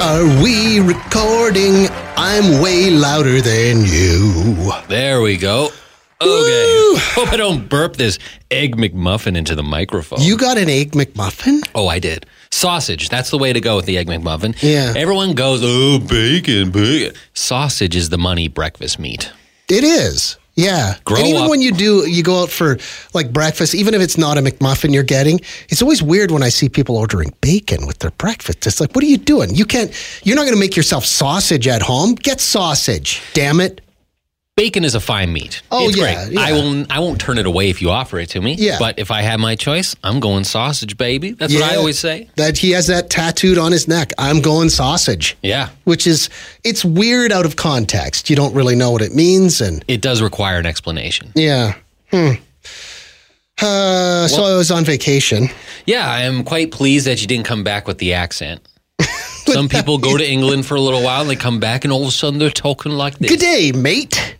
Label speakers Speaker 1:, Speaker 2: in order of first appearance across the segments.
Speaker 1: Are we recording? I'm way louder than you.
Speaker 2: There we go. Okay. Hope I don't burp this egg McMuffin into the microphone.
Speaker 1: You got an egg McMuffin?
Speaker 2: oh, I did. Sausage. That's the way to go with the egg McMuffin.
Speaker 1: Yeah.
Speaker 2: Everyone goes, oh, bacon, bacon. Sausage is the money breakfast meat.
Speaker 1: It is. Yeah.
Speaker 2: Grow
Speaker 1: and even
Speaker 2: up.
Speaker 1: when you do, you go out for like breakfast, even if it's not a McMuffin you're getting, it's always weird when I see people ordering bacon with their breakfast. It's like, what are you doing? You can't, you're not going to make yourself sausage at home. Get sausage. Damn it.
Speaker 2: Bacon is a fine meat.
Speaker 1: Oh,
Speaker 2: it's
Speaker 1: yeah,
Speaker 2: great.
Speaker 1: yeah.
Speaker 2: I will. I won't turn it away if you offer it to me.
Speaker 1: Yeah.
Speaker 2: But if I had my choice, I'm going sausage, baby. That's what I
Speaker 1: Yeah.
Speaker 2: always say.
Speaker 1: That he has that tattooed on his neck. I'm going sausage.
Speaker 2: Yeah.
Speaker 1: Which is, it's weird out of context. You don't really know what it means. And
Speaker 2: It does require an explanation.
Speaker 1: yeah. Hmm. Uh, so I was on vacation.
Speaker 2: Yeah, I am quite pleased that you didn't come back with the accent. Some people go to England for a little while and they come back and all of a sudden they're talking like this.
Speaker 1: Good day, mate.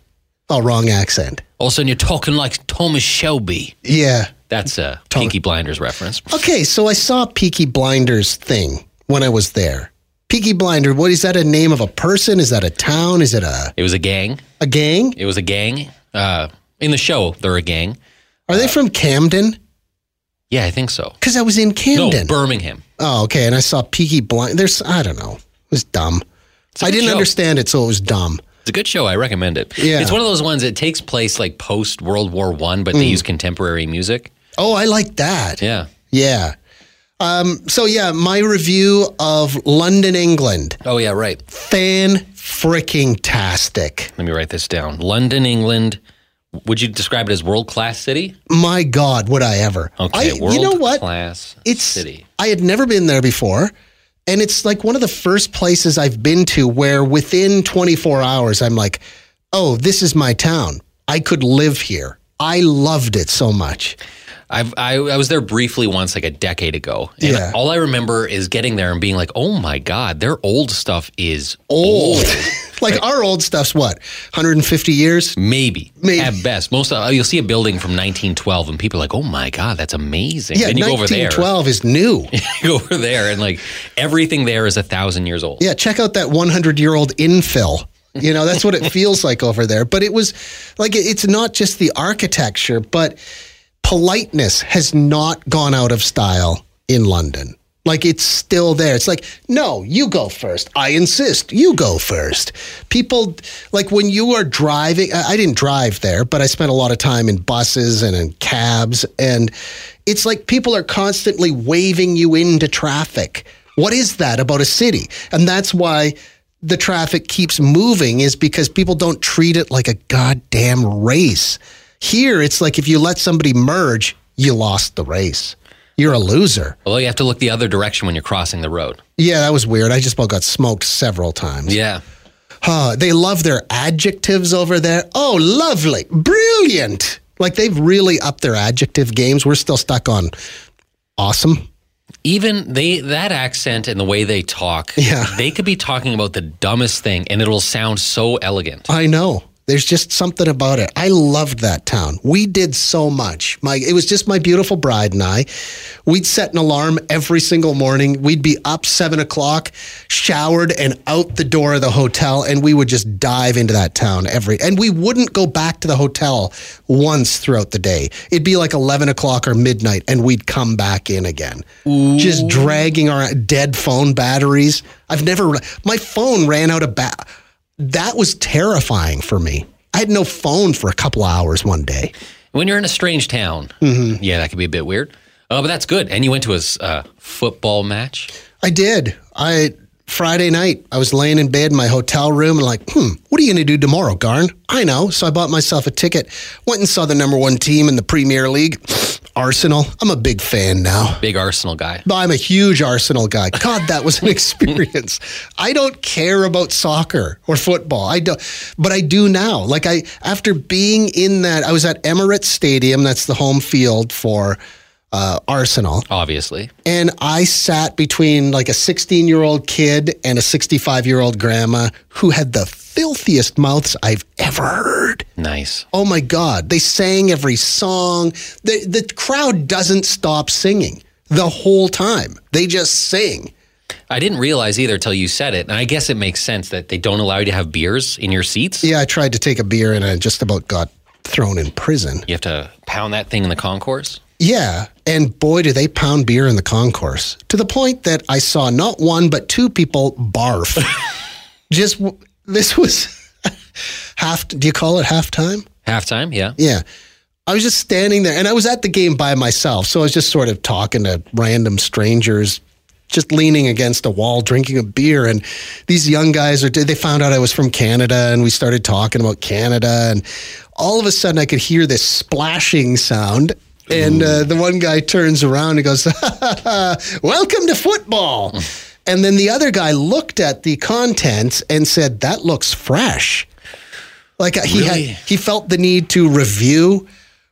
Speaker 1: Oh, wrong accent.
Speaker 2: All of a sudden you're talking like Thomas Shelby.
Speaker 1: Yeah.
Speaker 2: That's a Pinky Blinders reference.
Speaker 1: Okay, so I saw Peaky Blinders thing when I was there. Peaky Blinder, what is that a name of a person? Is that a town? Is it a,
Speaker 2: It was a gang.
Speaker 1: a gang?
Speaker 2: It was a gang. Uh, in the show, they're a gang.
Speaker 1: Are
Speaker 2: Uh,
Speaker 1: they from Camden?
Speaker 2: Yeah, I think so.
Speaker 1: Because I was in
Speaker 2: No,
Speaker 1: Camden.
Speaker 2: Birmingham.
Speaker 1: oh, okay, and I saw Peaky Blind. There's, I don't know. It was dumb.
Speaker 2: a
Speaker 1: I
Speaker 2: good
Speaker 1: didn't
Speaker 2: show.
Speaker 1: understand it, so it was dumb.
Speaker 2: It's a good show. I recommend it.
Speaker 1: Yeah.
Speaker 2: It's one of those ones that takes place like post World War One, but they use contemporary music.
Speaker 1: Oh, I like that.
Speaker 2: Yeah.
Speaker 1: Yeah. Um, so, yeah, my review of London, England.
Speaker 2: Oh yeah, right.
Speaker 1: Fan freaking tastic.
Speaker 2: Let me write this down. London, England. Would you describe it as world class city?
Speaker 1: My God, would I ever.
Speaker 2: Okay,
Speaker 1: I,
Speaker 2: world
Speaker 1: you know what?
Speaker 2: class
Speaker 1: it's
Speaker 2: city.
Speaker 1: I had never been there before, and it's like one of the first places I've been to where within 24 hours I'm like, "Oh, this is my town. I could live here." I loved it so much.
Speaker 2: I've, I I was there briefly once, like a decade ago, and
Speaker 1: Yeah.
Speaker 2: all I remember is getting there and being like, "Oh my god, their old stuff is old."
Speaker 1: Like our old stuff's what 150 years.
Speaker 2: Maybe,
Speaker 1: Maybe.
Speaker 2: at best, most of, you'll see a building from 1912, and people are like, "Oh my god, that's amazing."
Speaker 1: Yeah,
Speaker 2: then you go over there,
Speaker 1: 1912 is new.
Speaker 2: you go over there, and like everything there is a thousand years old.
Speaker 1: Yeah, check out that 100 year old infill. You know, that's what it feels like over there. But it was like, it- it's not just the architecture, but politeness has not gone out of style in London. Like, it's still there. It's like, no, you go first. I insist you go first. People, like, when you are driving, I I didn't drive there, but I spent a lot of time in buses and in cabs. And it's like people are constantly waving you into traffic. What is that about a city? And that's why the traffic keeps moving is because people don't treat it like a goddamn race. Here, it's like if you let somebody merge, you lost the race. You're a loser.
Speaker 2: Although you have to look the other direction when you're crossing the road.
Speaker 1: Yeah, that was weird. I just about got smoked several times.
Speaker 2: Yeah.
Speaker 1: Huh, they love their adjectives over there. Oh, lovely. Brilliant. Like they've really upped their adjective games. We're still stuck on awesome.
Speaker 2: even they that accent and the way they talk
Speaker 1: Yeah.
Speaker 2: they could be talking about the dumbest thing and it'll sound so elegant
Speaker 1: I know. There's just something about it. I loved that town. We did so much. My it was just my beautiful bride and I. We'd set an alarm every single morning. We'd be up seven o'clock, showered and out the door of the hotel, and we would just dive into that town every and we wouldn't go back to the hotel once throughout the day. It'd be like eleven o'clock or midnight, and we'd come back in again. Just dragging our dead phone batteries. I've never my phone ran out of bat that was terrifying for me. I had no phone for a couple hours one day.
Speaker 2: when you're in a strange town yeah that could be a bit weird uh, but that's good and you went to a s- uh, football match
Speaker 1: I did. I Friday night, I was laying in bed in my hotel room and like, hmm, what are you going to do tomorrow, Garn? I know. So I bought myself a ticket, went and saw the number one team in the Premier League, Arsenal. I'm a big fan now.
Speaker 2: Big Arsenal guy.
Speaker 1: I'm a huge Arsenal guy. God, that was an experience. I don't care about soccer or football. I don't, but I do now. Like I, after being in that, I was at Emirates Stadium. That's the home field for uh, Arsenal
Speaker 2: Obviously,
Speaker 1: and I sat between like a 16 year old kid and a 65 year old grandma who had the filthiest mouths I've ever heard.
Speaker 2: nice.
Speaker 1: Oh my God. They sang every song. The, the crowd doesn't stop singing the whole time, they just sing.
Speaker 2: I didn't realize either till you said it, and I guess it makes sense that they don't allow you to have beers in your seats.
Speaker 1: Yeah, I tried to take a beer and I just about got thrown in prison.
Speaker 2: You have to pound that thing in the concourse.
Speaker 1: Yeah. And boy, do they pound beer in the concourse to the point that I saw not one, but two people barf. Just w- this was half. Do you call it halftime?
Speaker 2: Halftime, yeah.
Speaker 1: Yeah. I was just standing there and I was at the game by myself. So I was just sort of talking to random strangers, just leaning against a wall, drinking a beer. And these young guys are, they found out I was from Canada and we started talking about Canada. And all of a sudden I could hear this splashing sound. And uh, the one guy turns around and goes, Welcome to football.
Speaker 2: Mm.
Speaker 1: and then the other guy looked at the contents and said, That looks fresh. Like uh, he
Speaker 2: Really?
Speaker 1: had, he felt the need to review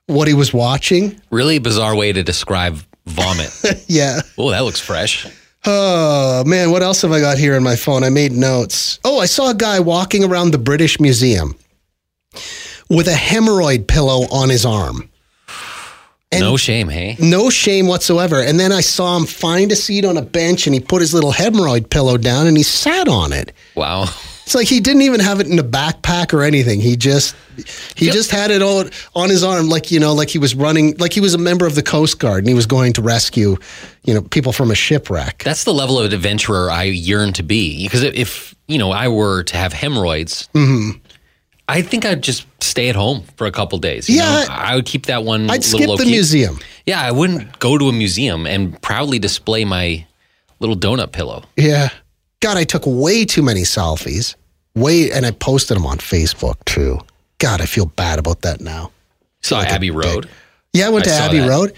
Speaker 1: what he was watching.
Speaker 2: Really bizarre way to describe vomit.
Speaker 1: Yeah.
Speaker 2: oh, that looks fresh.
Speaker 1: Oh man, what else have I got here on my phone? I made notes. Oh, I saw a guy walking around the British Museum with a hemorrhoid pillow on his arm.
Speaker 2: no shame, hey?
Speaker 1: No shame whatsoever. And then I saw him find a seat on a bench and he put his little hemorrhoid pillow down and he sat on it.
Speaker 2: Wow.
Speaker 1: It's like he didn't even have it in a backpack or anything. He just he just had it on on his arm, like you know, like he was running, like he was a member of the Coast Guard and he was going to rescue, you know, people from a shipwreck.
Speaker 2: That's the level of adventurer I yearn to be. Because if- if, you know, I were to have hemorrhoids,
Speaker 1: Mm-hmm.
Speaker 2: I think I'd just stay at home for a couple days. you
Speaker 1: Yeah.
Speaker 2: know? I would keep that one
Speaker 1: I'd
Speaker 2: little
Speaker 1: skip the
Speaker 2: low-key.
Speaker 1: museum.
Speaker 2: Yeah, I wouldn't go to a museum and proudly display my little donut pillow.
Speaker 1: Yeah, God, I took way too many selfies. Way, and I posted them on Facebook too. God, I feel bad about that now.
Speaker 2: Saw Abbey Road.
Speaker 1: Yeah, I went
Speaker 2: I
Speaker 1: to
Speaker 2: saw
Speaker 1: Abbey
Speaker 2: that.
Speaker 1: Road.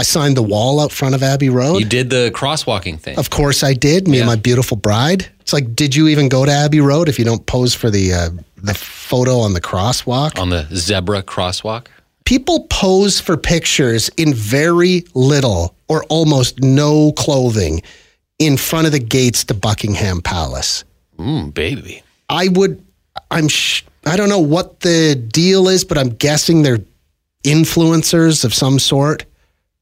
Speaker 1: I signed the wall out front of Abbey Road.
Speaker 2: You did the crosswalking thing.
Speaker 1: Of course I did. Me and
Speaker 2: Yeah.
Speaker 1: my beautiful bride. It's like, did you even go to Abbey Road if you don't pose for the uh, the photo on the crosswalk?
Speaker 2: on the zebra crosswalk.
Speaker 1: People pose for pictures in very little or almost no clothing in front of the gates to Buckingham Palace. Hmm,
Speaker 2: Mm, baby.
Speaker 1: I would. I'm. Sh- I don't know what the deal is, but I'm guessing they're influencers of some sort,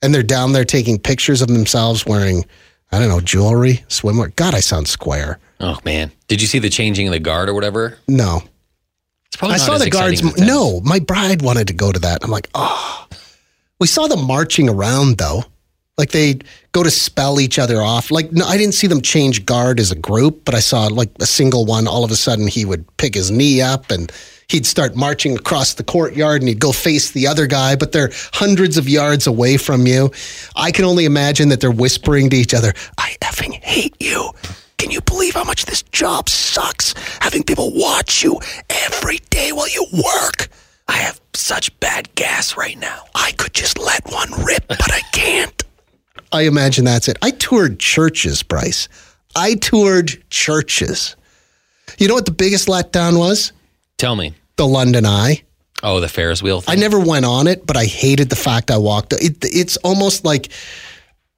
Speaker 1: and they're down there taking pictures of themselves wearing, I don't know, jewelry, swimwear. God, I sound square.
Speaker 2: Oh man, did you see the changing of the guard or whatever?
Speaker 1: No,
Speaker 2: It's probably
Speaker 1: I
Speaker 2: not
Speaker 1: saw
Speaker 2: as
Speaker 1: the guards.
Speaker 2: exciting as it sounds.
Speaker 1: No, my bride wanted to go to that. I'm like, oh. We saw them marching around though, like they go to spell each other off. Like no, I didn't see them change guard as a group, but I saw like a single one. All of a sudden, he would pick his knee up and he'd start marching across the courtyard and he'd go face the other guy. But they're hundreds of yards away from you. I can only imagine that they're whispering to each other, "I effing hate you." Can you believe how much this job sucks? Having people watch you every day while you work. I have such bad gas right now. I could just let one rip, but I can't. I imagine that's it. I toured churches, Bryce. I toured churches. You know what the biggest letdown was?
Speaker 2: Tell me.
Speaker 1: The London Eye.
Speaker 2: Oh, the Ferris wheel
Speaker 1: I
Speaker 2: thing.
Speaker 1: never went on it, but I hated the fact I walked. It, it's almost like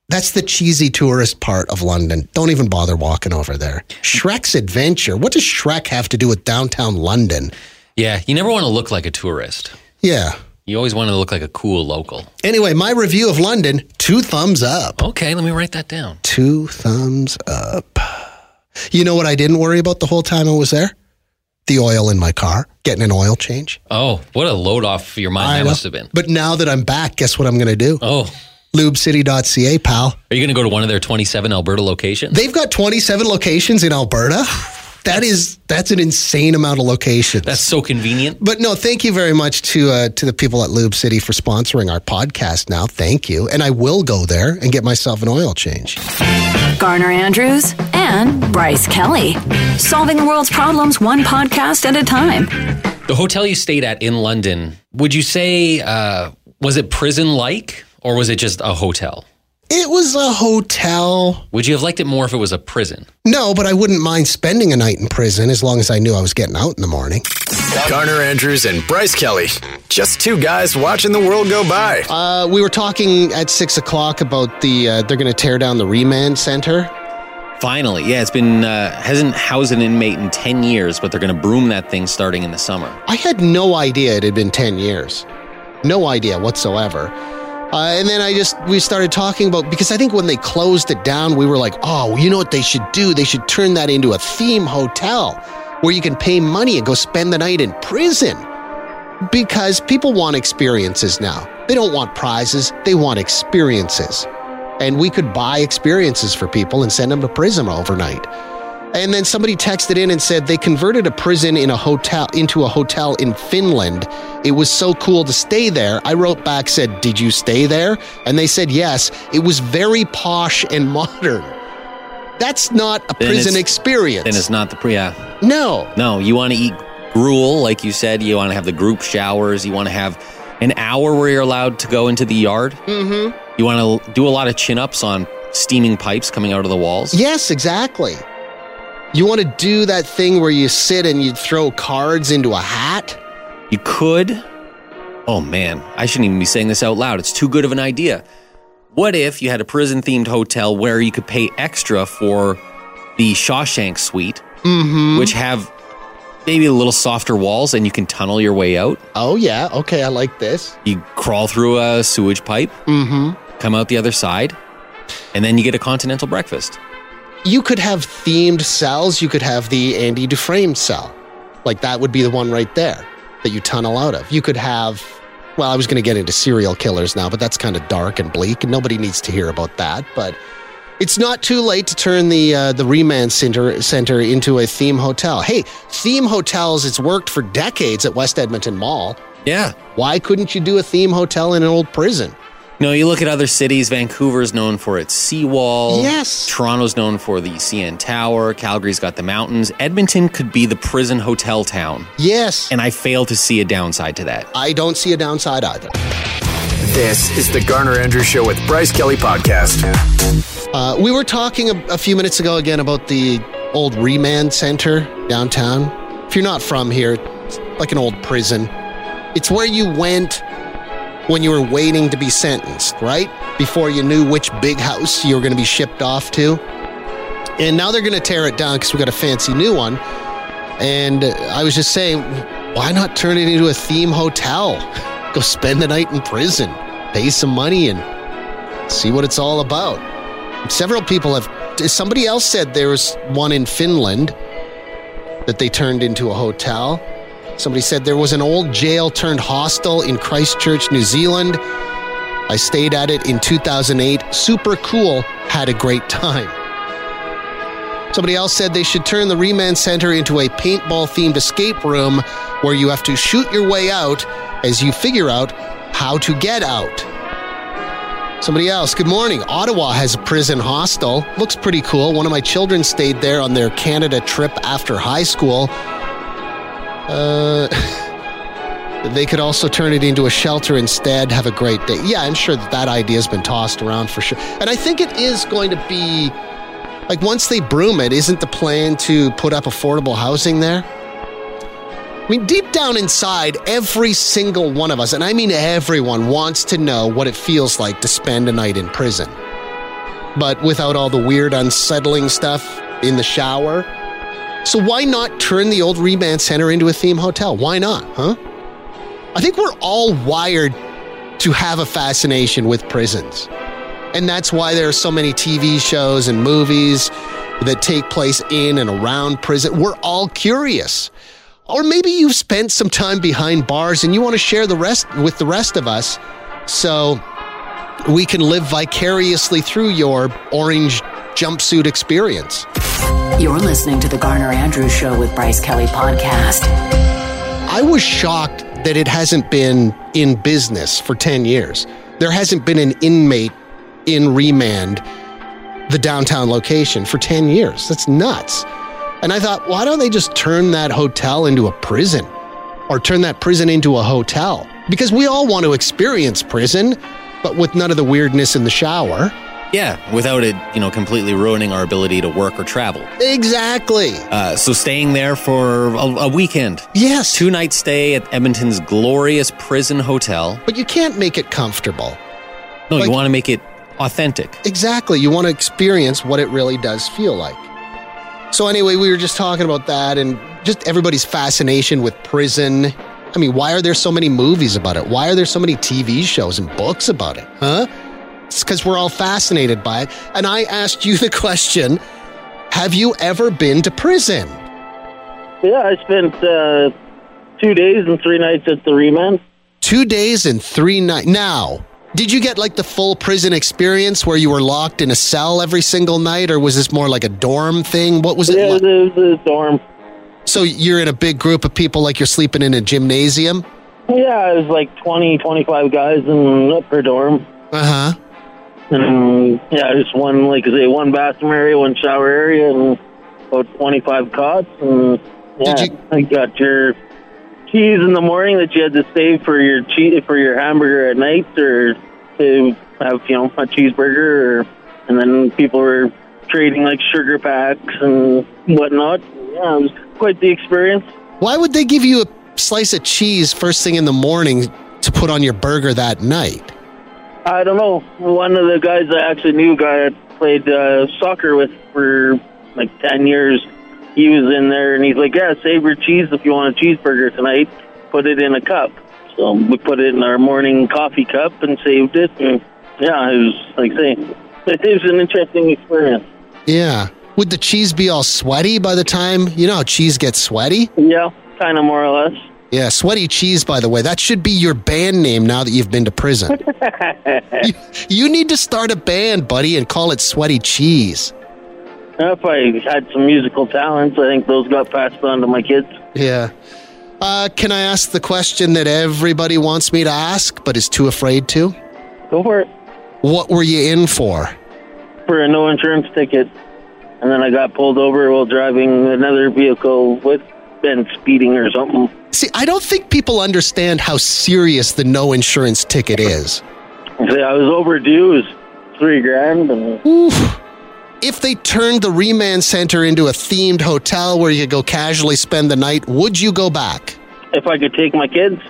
Speaker 1: that's the cheesy tourist part of London. Don't even bother walking over there. Shrek's Adventure. What does Shrek have to do with downtown London?
Speaker 2: yeah, you never want to look like a tourist.
Speaker 1: Yeah.
Speaker 2: You always want to look like a cool local.
Speaker 1: Anyway, my review of London, two thumbs up.
Speaker 2: Okay, let me write that down.
Speaker 1: Two thumbs up. You know what I didn't worry about the whole time I was there? The oil in my car, getting an oil change.
Speaker 2: Oh, what a load off your mind that
Speaker 1: know.
Speaker 2: must have been.
Speaker 1: But now that I'm back, guess what I'm going to do?
Speaker 2: Oh,
Speaker 1: Lubecity.ca, pal.
Speaker 2: are you going to go to one of their 27 Alberta locations?
Speaker 1: They've got 27 locations in Alberta. That is that's an insane amount of locations.
Speaker 3: That's so convenient.
Speaker 1: but no, thank you very much to uh, to the people at Lube City for sponsoring our podcast. Now, thank you, and I will go there and get myself an oil change.
Speaker 4: Garner Andrews and Bryce Kelly. Solving the world's problems one podcast at a time.
Speaker 3: The hotel you stayed at in London, would you say, uh, was it prison like or was it just a hotel?
Speaker 1: It was a hotel.
Speaker 3: Would you have liked it more if it was a prison?
Speaker 1: No, but I wouldn't mind spending a night in prison as long as I knew I was getting out in the morning.
Speaker 5: Garner Andrews and Bryce Kelly. Just two guys watching the world go by.
Speaker 1: Uh, we were talking at six o'clock about the uh, they're going to tear down the remand center.
Speaker 3: Finally, yeah, it's been uh, hasn't housed an inmate in ten years, but they're going to broom that thing starting in the summer.
Speaker 1: I had no idea it had been 10 years. No idea whatsoever. Uh, and then I just, we started talking about, because I think when they closed it down, we were like, oh, you know what they should do? They should turn that into a theme hotel where you can pay money and go spend the night in prison. Because people want experiences now. They don't want prizes, they want experiences. And we could buy experiences for people and send them to prison overnight. And then somebody texted in and said they converted a prison in a hotel into a hotel in Finland. It was so cool to stay there. I wrote back said, "Did you stay there?" And they said, "Yes. It was very posh and modern." That's not a
Speaker 2: it's-
Speaker 1: prison experience.
Speaker 2: Then it's not the pre. Yeah.
Speaker 1: no.
Speaker 2: No, you want to eat gruel, like you said. You want to have the group showers. You want to have an hour where you're allowed to go into the yard. Mm-hmm. You want to do a lot of chin ups on steaming pipes coming out of the walls.
Speaker 1: Yes, exactly. You want to do that thing where you sit and you throw cards into a hat?
Speaker 2: You could. Oh man, I shouldn't even be saying this out loud. It's too good of an idea. What if you had a prison themed hotel where you could pay extra for the Shawshank suite, which have maybe a little softer walls and you can tunnel your way out?
Speaker 1: Oh yeah, okay, I like this.
Speaker 2: You crawl through a sewage pipe,
Speaker 1: Mhm.
Speaker 2: come out the other side, and then you get a continental breakfast.
Speaker 1: you could have themed cells. You could have the Andy Dufresne cell. Like that would be the one right there that you tunnel out of. You could have, well, I was going to get into serial killers now, but that's kind of dark and bleak, and nobody needs to hear about that. But it's not too late to turn the uh, the remand center center into a theme hotel. Hey, theme hotels. It's worked for decades at West Edmonton Mall.
Speaker 2: Yeah.
Speaker 1: Why couldn't you do a theme hotel in an old prison?
Speaker 2: No, you look at other cities. Vancouver's known for its seawall.
Speaker 1: Yes.
Speaker 2: Toronto's known for the CN Tower. Calgary's got the mountains. Edmonton could be the prison hotel town.
Speaker 1: Yes,
Speaker 2: And I fail to see a downside to that.
Speaker 1: I don't see a downside either.
Speaker 5: This is the Garner Andrews Show with Bryce Kelly Podcast.
Speaker 1: Uh, we were talking a, a few minutes ago again about the old remand center downtown. If you're not from here, it's like an old prison. It's where you went when you were waiting to be sentenced, right? Before you knew which big house you were going to be shipped off to. And now they're going to tear it down because we got a fancy new one. And uh, I was just saying, why not turn it into a theme hotel? Go spend the night in prison, pay some money, and see what it's all about. Several people have. Somebody else said there was one in Finland that they turned into a hotel. Somebody said there was an old jail turned hostel in Christchurch, New Zealand. I stayed at it in 2008. Super cool. Had a great time. Somebody else said they should turn the remand center into a paintball themed escape room where you have to shoot your way out as you figure out how to get out. Somebody else. Good morning. Ottawa has a prison hostel. Looks pretty cool. One of my children stayed there on their Canada trip after high school. Uh, they could also turn it into a shelter instead. Have a great day. Yeah, I'm sure that that idea has been tossed around for sure. And I think it is going to be like once they broom it, isn't the plan to put up affordable housing there? I mean, deep down inside, every single one of us, and I mean everyone, wants to know what it feels like to spend a night in prison. But without all the weird, unsettling stuff in the shower. So, why not turn the old remand center into a theme hotel? Why not, huh? I think we're all wired to have a fascination with prisons. And that's why there are so many TV shows and movies that take place in and around prison. We're all curious. Or maybe you've spent some time behind bars and you want to share the rest with the rest of us so we can live vicariously through your orange jumpsuit experience.
Speaker 4: You're listening to The Garner Andrews Show with Bryce Kelly Podcast.
Speaker 1: I was shocked that it hasn't been in business for 10 years. There hasn't been an inmate in remand, the downtown location, for 10 years. That's nuts. And I thought, why don't they just turn that hotel into a prison or turn that prison into a hotel? Because we all want to experience prison, but with none of the weirdness in the shower.
Speaker 2: Yeah, without it, you know, completely ruining our ability to work or travel.
Speaker 1: Exactly.
Speaker 2: Uh, so staying there for a, a weekend,
Speaker 1: Yes.
Speaker 2: two night stay at Edmonton's glorious prison hotel.
Speaker 1: But you can't make it comfortable.
Speaker 2: No,
Speaker 1: Like-
Speaker 2: you want to make it authentic.
Speaker 1: Exactly. You want to experience what it really does feel like. So, anyway, we were just talking about that and just everybody's fascination with prison. I mean, why are there so many movies about it? Why are there so many TV shows and books about it? Huh? It's because we're all fascinated by it. And I asked you the question Have you ever been to prison?
Speaker 6: Yeah, I spent uh, two days and three nights at the remand.
Speaker 1: Two days and three nights. Now, did you get like the full prison experience where you were locked in a cell every single night, or was this more like a dorm thing? What was it
Speaker 6: Yeah,
Speaker 1: like?
Speaker 6: it was a dorm.
Speaker 1: So you're in a big group of people, like you're sleeping in a gymnasium.
Speaker 6: Yeah, it was like 20, 25 guys in a per dorm.
Speaker 1: Uh huh.
Speaker 6: And yeah, just one, like I say, one bathroom area, one shower area, and about 25 cots. And yeah,
Speaker 1: Did you-
Speaker 6: I got your keys in the morning that you had to save for your che- for your hamburger at night or to have, you know, a cheeseburger. Or, and then people were trading like sugar packs and whatnot. Yeah, it was quite the experience.
Speaker 1: Why would they give you a slice of cheese first thing in the morning to put on your burger that night?
Speaker 6: I don't know. One of the guys I actually knew, a guy I played uh, soccer with for like 10 years, he was in there and he's like, Yeah, save your cheese if you want a cheeseburger tonight. Put it in a cup. So we put it in our morning coffee cup and saved it. And yeah, it was like saying, it was an interesting experience.
Speaker 1: Yeah. Would the cheese be all sweaty by the time you know how cheese gets sweaty?
Speaker 6: Yeah, kind of more or less.
Speaker 1: Yeah, sweaty cheese. By the way, that should be your band name now that you've been to prison. you, you need to start a band, buddy, and call it Sweaty Cheese.
Speaker 6: If I had some musical talents, I think those got passed on to my kids.
Speaker 1: Yeah. Uh, can I ask the question that everybody wants me to ask but is too afraid to?
Speaker 6: Go for it.
Speaker 1: What were you in for?
Speaker 6: for a no insurance ticket, and then I got pulled over while driving another vehicle with been speeding or something.
Speaker 1: See, I don't think people understand how serious the no insurance ticket is.
Speaker 6: So I was overdue, it was three grand, and
Speaker 1: Oof. If they turned the remand center into a themed hotel where you go casually spend the night, would you go back?
Speaker 6: if I could take my kids,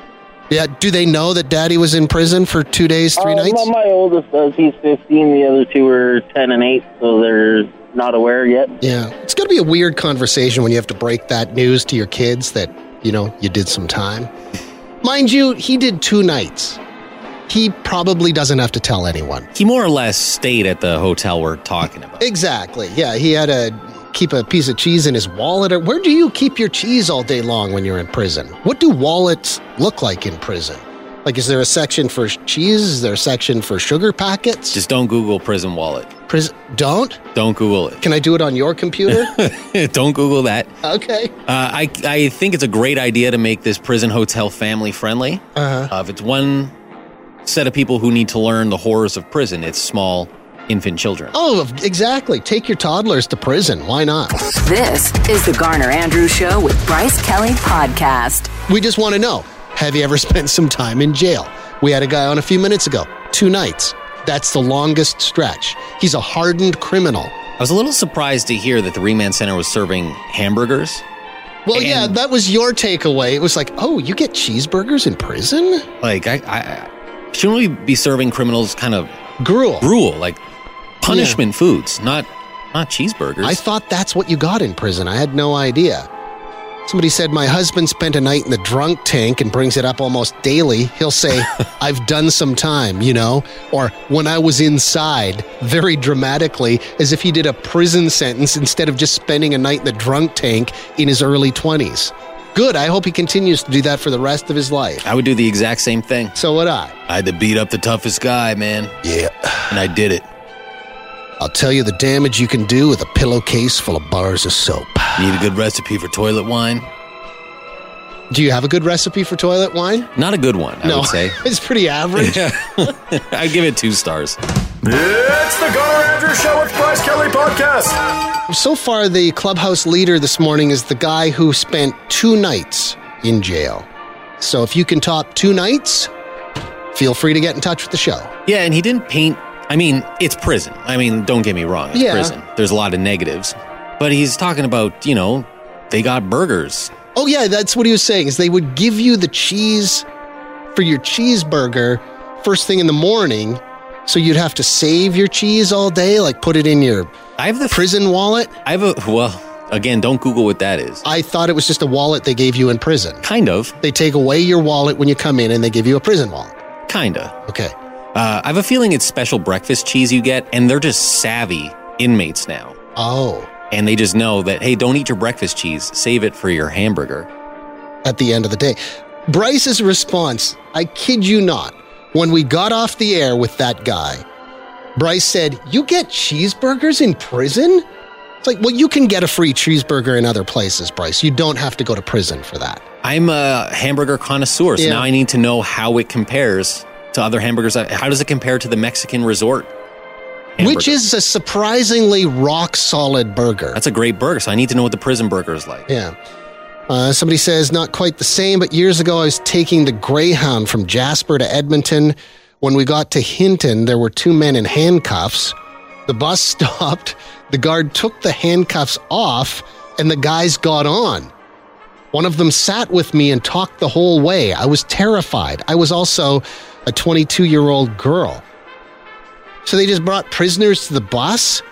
Speaker 1: Yeah, do they know that daddy was in prison for two days, three
Speaker 6: Uh,
Speaker 1: nights?
Speaker 6: My, my oldest does. He's fifteen. The other two are ten and eight, so they're not aware yet.
Speaker 1: Yeah. It's going to be a weird conversation when you have to break that news to your kids that, you know, you did some time. Mind you, he did two nights. He probably doesn't have to tell anyone.
Speaker 2: He more or less stayed at the hotel we're talking about.
Speaker 1: Exactly. Yeah, he had to keep a piece of cheese in his wallet. Or where do you keep your cheese all day long when you're in prison? What do wallets look like in prison? Like, is there a section for cheese? Is there a section for sugar packets?
Speaker 2: Just don't Google prison wallet.
Speaker 1: Pris- don't.
Speaker 2: Don't Google it.
Speaker 1: Can I do it on your computer?
Speaker 2: don't Google that.
Speaker 1: okay.
Speaker 2: Uh, I, I think it's a great idea to make this prison hotel family friendly.
Speaker 1: Uh-huh.
Speaker 2: Uh, if it's one set of people who need to learn the horrors of prison, it's small infant children.
Speaker 1: Oh, exactly. Take your toddlers to prison. Why not?
Speaker 4: This is The Garner Andrews Show with Bryce Kelly Podcast.
Speaker 1: We just want to know have you ever spent some time in jail? We had a guy on a few minutes ago, two nights. That's the longest stretch. He's a hardened criminal.
Speaker 2: I was a little surprised to hear that the remand center was serving hamburgers.
Speaker 1: Well, yeah, that was your takeaway. It was like, oh, you get cheeseburgers in prison?
Speaker 2: Like, I, I, I shouldn't we be serving criminals kind of
Speaker 1: Gruel.
Speaker 2: gruel, like punishment foods, not not cheeseburgers?
Speaker 1: I thought that's what you got in prison. I had no idea. Somebody said, My husband spent a night in the drunk tank and brings it up almost daily. He'll say, I've done some time, you know? Or when I was inside, very dramatically, as if he did a prison sentence instead of just spending a night in the drunk tank in his early 20s. Good. I hope he continues to do that for the rest of his life.
Speaker 2: I would do the exact same thing.
Speaker 1: So would I.
Speaker 2: I had to beat up the toughest guy, man. Yeah. And I did it.
Speaker 1: I'll tell you the damage you can do with a pillowcase full of bars of soap.
Speaker 2: Need a good recipe for toilet wine?
Speaker 1: Do you have a good recipe for toilet wine?
Speaker 2: Not a good one, I would say.
Speaker 1: it's pretty average.
Speaker 2: I'd give it two stars.
Speaker 5: It's the Garner Andrews Show with Bryce Kelly Podcast.
Speaker 1: So far, the clubhouse leader this morning is the guy who spent two nights in jail. So if you can top two nights, feel free to get in touch with the show.
Speaker 2: Yeah, and he didn't paint. I mean, it's prison. I mean, don't get me wrong. It's
Speaker 1: Yeah.
Speaker 2: prison. There's a lot of negatives. But he's talking about, you know, they got burgers.
Speaker 1: Oh yeah, that's what he was saying. Is they would give you the cheese for your cheeseburger first thing in the morning, so you'd have to save your cheese all day, like put it in your
Speaker 2: I have the
Speaker 1: prison wallet.
Speaker 2: I have a well, again, don't Google what that is.
Speaker 1: I thought it was just a wallet they gave you in prison.
Speaker 2: Kind of,
Speaker 1: They take away your wallet when you come in, and they give you a prison wallet.
Speaker 2: kinda.
Speaker 1: Okay.
Speaker 2: Uh, I have a feeling it's special breakfast cheese you get, and they're just savvy inmates now,
Speaker 1: Oh,
Speaker 2: and they just know that hey, don't eat your breakfast cheese, save it for your hamburger.
Speaker 1: at the end of the day, Bryce's response. I kid you not. When we got off the air with that guy, Bryce said, You get cheeseburgers in prison? It's like, well, you can get a free cheeseburger in other places, Bryce. You don't have to go to prison for that.
Speaker 2: I'm a hamburger connoisseur, so
Speaker 1: Yeah.
Speaker 2: now I need to know how it compares to other hamburgers. How does it compare to the Mexican resort?
Speaker 1: Which
Speaker 2: hamburger?
Speaker 1: is a surprisingly rock solid burger.
Speaker 2: that's a great burger. So I need to know what the prison burger is like.
Speaker 1: yeah. Uh, somebody says, not quite the same, but years ago I was taking the Greyhound from Jasper to Edmonton. When we got to Hinton, there were two men in handcuffs. The bus stopped, the guard took the handcuffs off, and the guys got on. One of them sat with me and talked the whole way. I was terrified. I was also a 22 year old girl. So they just brought prisoners to the bus,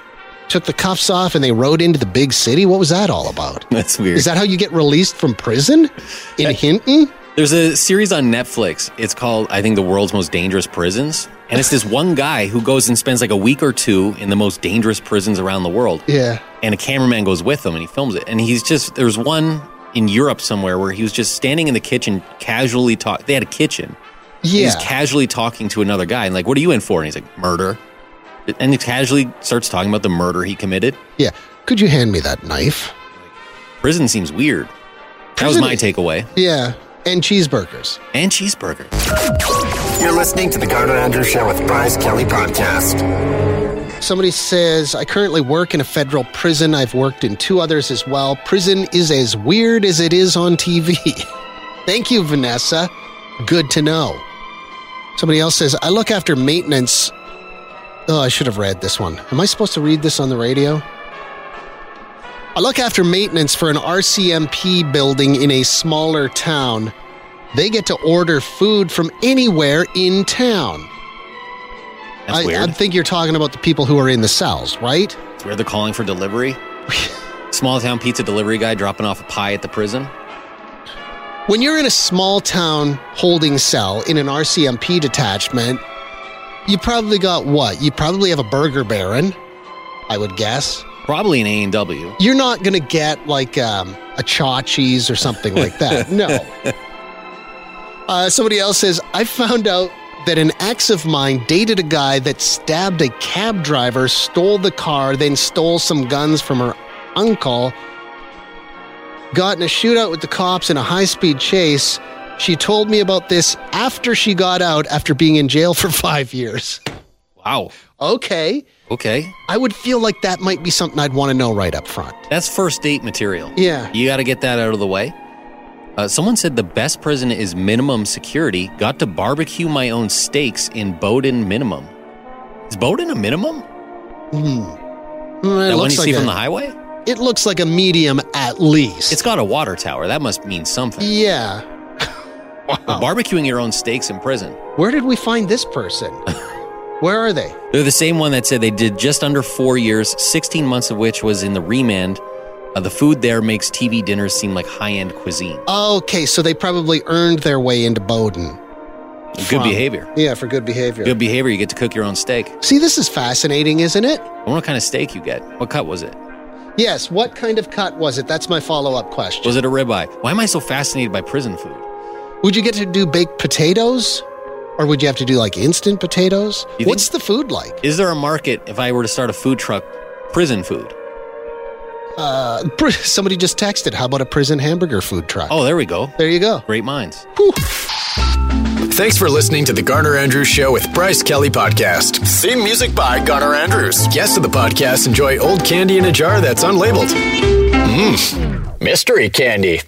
Speaker 1: took the cuffs off, and they rode into the big city. What was that all about?
Speaker 2: That's weird.
Speaker 1: Is that how you get released from prison? In Hinton?
Speaker 2: There's a series on Netflix. It's called, I think, The World's Most Dangerous Prisons. And it's this one guy who goes and spends like a week or two in the most dangerous prisons around the world.
Speaker 1: Yeah.
Speaker 2: And a cameraman goes with him and he films it. And he's just, there's one in Europe somewhere where he was just standing in the kitchen, casually talk. They had a kitchen.
Speaker 1: Yeah.
Speaker 2: He's casually talking to another guy and like, what are you in for? And he's like, murder. And he casually starts talking about the murder he committed.
Speaker 1: yeah. Could you hand me that knife?
Speaker 2: Prison seems weird. That was
Speaker 1: Prison
Speaker 2: my
Speaker 1: is-
Speaker 2: takeaway.
Speaker 1: Yeah. And cheeseburgers.
Speaker 2: And cheeseburger.
Speaker 5: You're listening to the Garner Andrews Show with Bryce Kelly Podcast.
Speaker 1: Somebody says, I currently work in a federal prison. I've worked in two others as well. Prison is as weird as it is on TV. Thank you, Vanessa. Good to know. Somebody else says, I look after maintenance. Oh, I should have read this one. Am I supposed to read this on the radio? I look after maintenance for an RCMP building in a smaller town. They get to order food from anywhere in town.
Speaker 2: That's
Speaker 1: I,
Speaker 2: weird.
Speaker 1: I think you're talking about the people who are in the cells, right?
Speaker 2: It's where they're calling for delivery. Small town pizza delivery guy dropping off a pie at the prison.
Speaker 1: When you're in a small town holding cell in an RCMP detachment, you probably got what? You probably have a burger baron, I would guess.
Speaker 2: Probably an A and W.
Speaker 1: You're not going to get like um, a Chachi's or something like that. No. Uh, somebody else says, I found out that an ex of mine dated a guy that stabbed a cab driver, stole the car, then stole some guns from her uncle, got in a shootout with the cops in a high speed chase. She told me about this after she got out after being in jail for five years.
Speaker 2: Wow.
Speaker 1: Okay.
Speaker 2: Okay.
Speaker 1: I would feel like that might be something I'd want to know right up front.
Speaker 2: That's first date material.
Speaker 1: Yeah.
Speaker 2: You got to get that out of the way. Uh, someone said the best prison is minimum security. Got to barbecue my own steaks in Bowdoin minimum. Is Bowdoin a minimum?
Speaker 1: Mm, it
Speaker 2: that one
Speaker 1: looks
Speaker 2: you
Speaker 1: like
Speaker 2: see
Speaker 1: a-
Speaker 2: from the highway?
Speaker 1: It looks like a medium at least.
Speaker 2: It's got a water tower. That must mean something.
Speaker 1: yeah.
Speaker 2: But barbecuing your own steaks in prison.
Speaker 1: Where did we find this person? Where are they?
Speaker 2: They're the same one that said they did just under four years, 16 months of which was in the remand. Uh, the food there makes TV dinners seem like high end cuisine.
Speaker 1: Okay, so they probably earned their way into Bowden.
Speaker 2: Good behavior.
Speaker 1: Yeah, for good behavior.
Speaker 2: Good behavior. You get to cook your own steak.
Speaker 1: See, this is fascinating, isn't it?
Speaker 2: I wonder what kind of steak you get. What cut was it?
Speaker 1: Yes, what kind of cut was it? That's my follow up question.
Speaker 2: Was it a ribeye? Why am I so fascinated by prison food?
Speaker 1: Would you get to do baked potatoes? Or would you have to do like instant potatoes?
Speaker 2: You think-
Speaker 1: What's the food like?
Speaker 2: Is there a market if I were to start a food truck, prison food?
Speaker 1: Uh, pr- somebody just texted. How about a prison hamburger food truck?
Speaker 2: Oh, there we go.
Speaker 1: there you go.
Speaker 2: Great minds.
Speaker 5: Thanks for listening to the Garner Andrews Show with Bryce Kelly Podcast. Theme music by Garner Andrews. Guests of the podcast enjoy old candy in a jar that's unlabeled. Mmm, mystery candy.